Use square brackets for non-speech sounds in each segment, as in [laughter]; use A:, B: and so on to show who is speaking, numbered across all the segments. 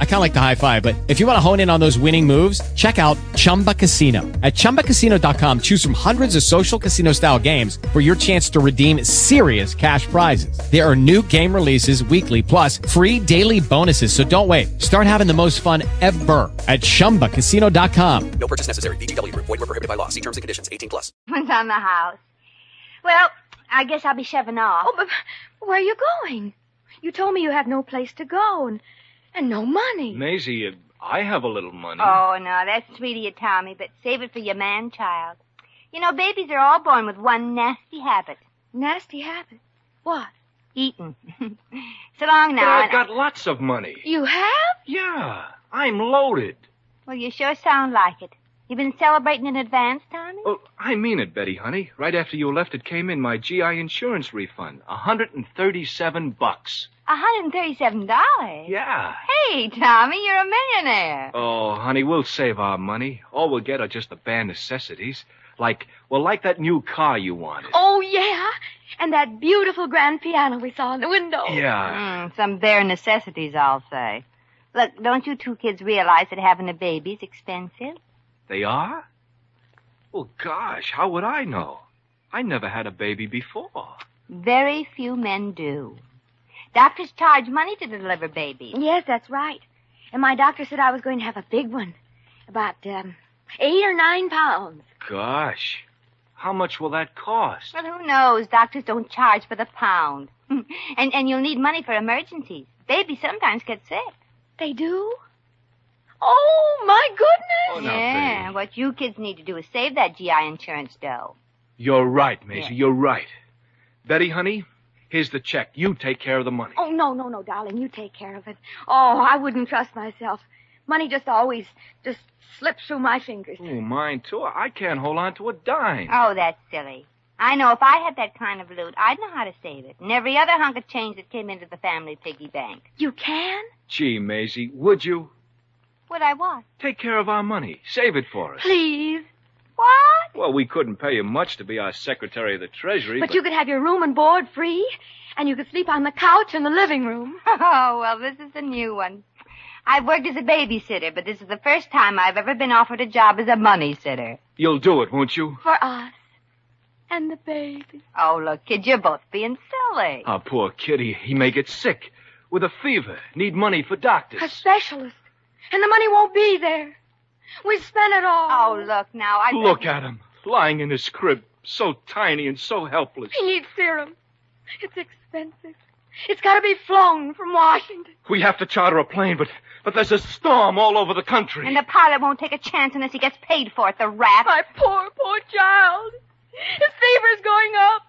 A: I kind of like the high five, but if you want to hone in on those winning moves, check out Chumba Casino. At chumbacasino.com, choose from hundreds of social casino style games for your chance to redeem serious cash prizes. There are new game releases weekly, plus free daily bonuses. So don't wait. Start having the most fun ever at chumbacasino.com.
B: No purchase necessary. BGW. Void were prohibited by law. See terms and conditions. 18 plus.
C: [laughs] one's on the house. Well, I guess I'll be shoving off.
D: Oh, but where are you going? You told me you had no place to go and, and no money.
E: Maisie, uh, I have a little money.
C: Oh, no, that's sweet of you, Tommy, but save it for your man child. You know, babies are all born with one nasty habit
D: Nasty habit. What?
C: eating. [laughs] so long
E: but
C: now.
E: I've
C: and-
E: got lots of money.
D: You have?
E: Yeah, I'm loaded.
C: Well, you sure sound like it. You've been celebrating in advance, Tommy?
E: Oh, I mean it, Betty, honey. Right after you left, it came in my GI insurance refund, a hundred and thirty-seven bucks.
C: $137.
E: Yeah.
C: Hey, Tommy, you're a millionaire.
E: Oh, honey, we'll save our money. All we'll get are just the bare necessities, like well, like that new car you wanted.
D: Oh, yeah. And that beautiful grand piano we saw in the window.
E: Yeah.
C: Mm, some bare necessities, I'll say. Look, don't you two kids realize that having a baby's expensive?
E: They are? Well, gosh, how would I know? I never had a baby before.
C: Very few men do. Doctors charge money to deliver babies.
D: Yes, that's right. And my doctor said I was going to have a big one. About, um, eight or nine pounds.
E: Gosh, how much will that cost?
C: Well, who knows? Doctors don't charge for the pound. [laughs] and and you'll need money for emergencies. Babies sometimes get sick.
D: They do? Oh, my goodness.
E: Oh, no,
C: yeah,
E: baby.
C: what you kids need to do is save that GI insurance dough.
E: You're right, Maisie.
C: Yeah.
E: You're right. Betty, honey, here's the check. You take care of the money.
D: Oh, no, no, no, darling. You take care of it. Oh, I wouldn't trust myself. Money just always just slips through my fingers.
E: Oh, mine too. I can't hold on to a dime.
C: Oh, that's silly. I know if I had that kind of loot, I'd know how to save it. And every other hunk of change that came into the family piggy bank.
D: You can?
E: Gee, Maisie, would you
C: Would I what?
E: take care of our money? Save it for us.
D: Please.
C: What?
E: Well, we couldn't pay you much to be our Secretary of the Treasury,
D: But you could have your room and board free, and you could sleep on the couch in the living room.
C: Oh, well, this is a new one. I've worked as a babysitter, but this is the first time I've ever been offered a job as a money sitter.
E: you'll do it, won't you?
D: For us. And the baby.
C: Oh, look, kid, you're both being silly.
E: Our poor kitty, he may get sick with a fever, need money for doctors.
D: A specialist. And the money won't be there. We spent it all.
C: Oh, look now. I
E: Look at him, lying in his crib, so tiny and so helpless.
D: He needs serum. It's expensive. It's gotta be flown from Washington.
E: We have to charter a plane, but but there's a storm all over the country.
C: And the pilot won't take a chance unless he gets paid for it, the rat.
D: My poor, poor child. His fever's going up.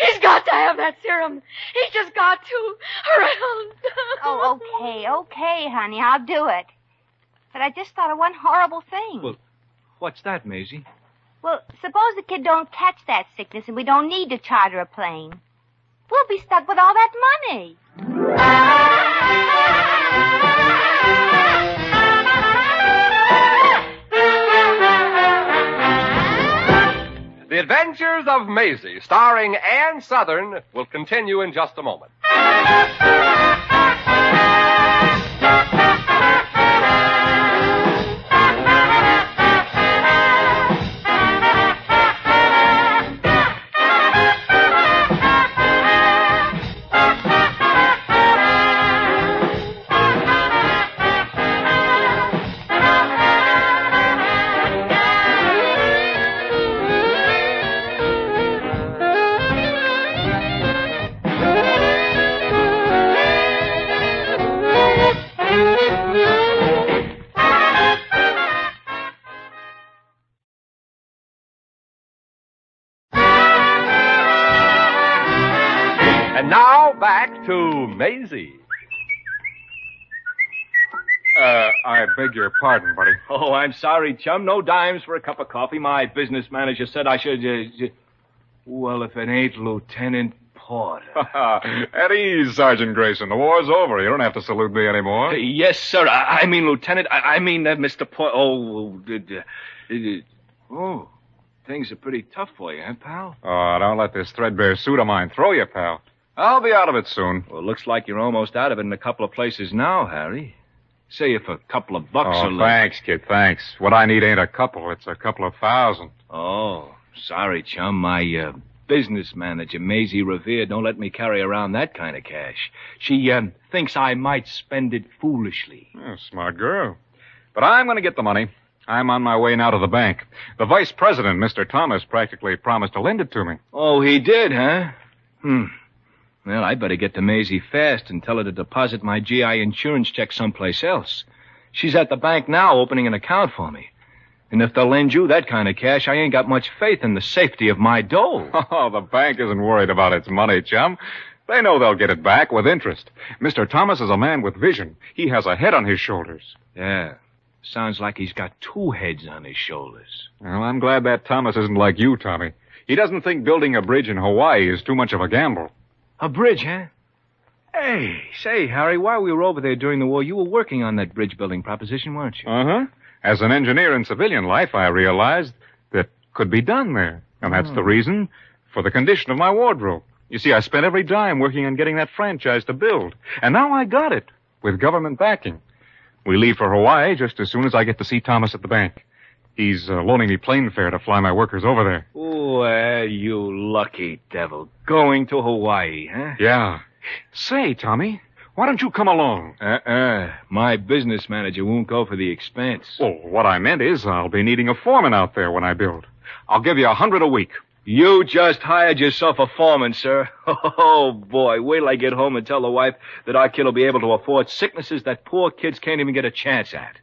D: He's got to have that serum. He's just got to. [laughs] Hurry on.
C: Oh, okay, okay, honey, I'll do it. But I just thought of one horrible thing.
E: Well- What's that, Maisie?
C: well, suppose the kid don't catch that sickness and we don't need to charter a plane. We'll be stuck with all that money.
F: The Adventures of Maisie, starring Ann Southern, will continue in just a moment.
D: okay.
F: And now back to Maisie.
E: Uh, I beg your pardon,
G: [laughs]
E: buddy. Oh, I'm sorry, chum. No dimes for a cup of coffee. My business manager said I should. Uh, j- well, if it ain't Lieutenant Porter.
G: [laughs] At ease, Uh, Sergeant Grayson. The war's over. You don't have to salute me anymore.
E: yes, sir. I, I mean, Lieutenant. I, I mean, uh, Mr. Porter. Oh, uh, uh, oh, things are pretty tough for you, huh, pal?
G: Oh, don't let this threadbare suit of mine throw you, pal. I'll be out of it soon.
E: Well, looks like you're almost out of it in a couple of places now, Harry. Say if a couple of bucks or
G: Oh, thanks, kid. Thanks. What I need ain't a couple. It's a couple of thousand.
E: Oh, sorry, chum. My uh, business manager, Maisie Revere, don't let me carry around that kind of cash. She um, thinks I might spend it foolishly.
G: Yeah, smart girl. But I'm going to get the money. I'm on my way now to the bank. The vice president, Mr. Thomas, practically promised to lend it to me.
E: Oh, he did, huh? Hmm. Well, I better get to Maisie fast and tell her to deposit my GI insurance check someplace else. She's at the bank now opening an account for me. And if they'll lend you that kind of cash, I ain't got much faith in the safety of my dough.
G: [laughs] Oh, the bank isn't worried about its money, chum. They know they'll get it back with interest. Mr. Thomas is a man with vision. He has a head on his shoulders.
E: yeah. Sounds like he's got two heads on his shoulders.
G: Well, I'm glad that Thomas isn't like you, Tommy. He doesn't think building a bridge in Hawaii is too much of a gamble.
E: A bridge, huh? Hey, say, Harry, while we were over there during the war, you were working on that bridge building proposition, weren't you?
G: Uh huh. As an engineer in civilian life, I realized that could be done there. And that's the reason for the condition of my wardrobe. You see, I spent every dime working on getting that franchise to build. And now I got it, with government backing. We leave for Hawaii just as soon as I get to see Thomas at the bank. He's uh, loaning me plane fare to fly my workers over there.
E: Well, you lucky devil. Going to Hawaii, huh?
G: Yeah. Say, Tommy, why don't you come along?
E: Uh-uh. My business manager won't go for the expense.
G: Well, what I meant is I'll be needing a foreman out there when I build. I'll give you a hundred a week.
E: You just hired yourself a foreman, sir. [laughs] Oh, boy. Wait till I get home and tell the wife that our kid'll be able to afford sicknesses that poor kids can't even get a chance at.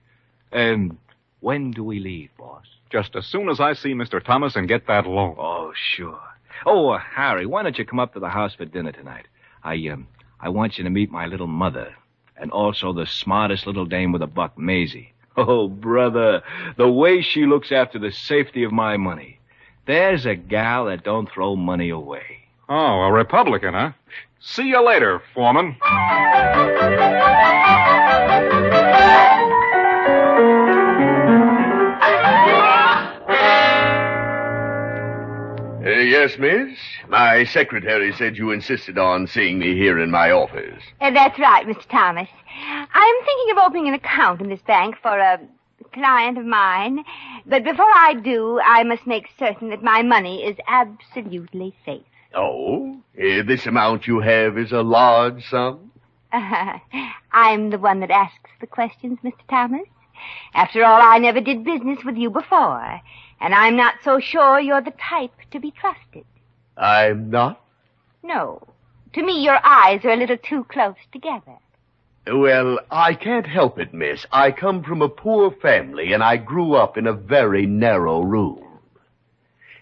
E: Um, when do we leave, boss?
G: Just as soon as I see Mr. Thomas and get that loan.
E: Oh, sure. Oh, uh, Harry, why don't you come up to the house for dinner tonight? I um, I want you to meet my little mother, and also the smartest little dame with a buck, Maisie. [laughs] Oh, brother, the way she looks after the safety of my money. There's a gal that don't throw money away.
G: Oh, a Republican, huh? See you later, Foreman.
H: Uh, yes, miss. My secretary said you insisted on seeing me here in my office.
C: Uh, that's right, Mr. Thomas. I'm thinking of opening an account in this bank for a client of mine, but before I do, I must make certain that my money is absolutely safe. [laughs]
H: Oh? Uh, this amount you have is a large sum?
C: I'm the one that asks the questions, Mr. Thomas. After all, I never did business with you before, and I'm not so sure you're the type to be trusted.
H: I'm not.
C: No. To me, your eyes are a little too close together.
H: Well, I can't help it, miss. I come from a poor family, and I grew up in a very narrow room.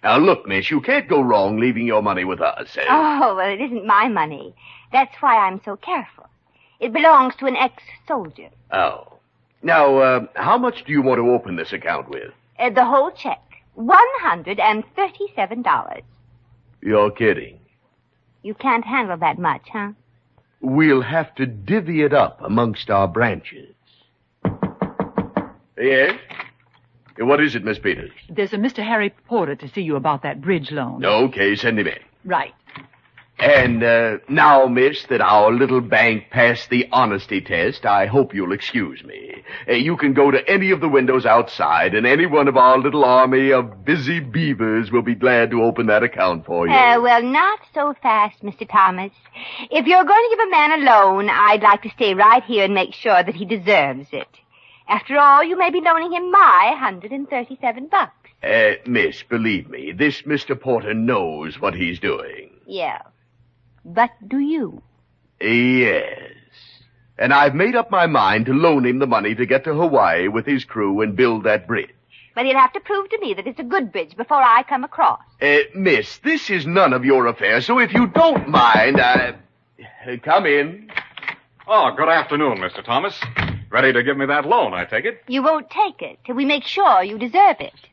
H: Now, look, miss, you can't go wrong leaving your money with us. eh?
C: Oh, well, it isn't my money. That's why I'm so careful. It belongs to an ex-soldier.
H: Oh. Now, uh, how much do you want to open this account with?
C: Uh, the whole check. $137.
H: You're kidding.
C: You can't handle that much, huh?
H: We'll have to divvy it up amongst our branches. Yes? Eh, What is it, Miss Peters?
I: There's a Mr. Harry Porter to see you about that bridge loan.
H: Okay, send him in.
I: Right.
H: And uh, now, miss, that our little bank passed the honesty test, I hope you'll excuse me. Uh, you can go to any of the windows outside, and any one of our little army of busy beavers will be glad to open that account for you.
C: Uh, well, not so fast, Mr. Thomas. If you're going to give a man a loan, I'd like to stay right here and make sure that he deserves it. After all, you may be loaning him my 137 bucks.
H: Uh, miss, believe me, this Mr. Porter knows what he's doing.
C: Yeah. But do you?
H: Yes. And I've made up my mind to loan him the money to get to Hawaii with his crew and build that bridge.
C: But he'll have to prove to me that it's a good bridge before I come across.
H: Uh, miss, this is none of your affair, so if you don't mind, I. uh, Come in.
G: Oh, good afternoon, Mr. Thomas. Ready to give me that loan, I take it?
C: You won't take it till we make sure you deserve it.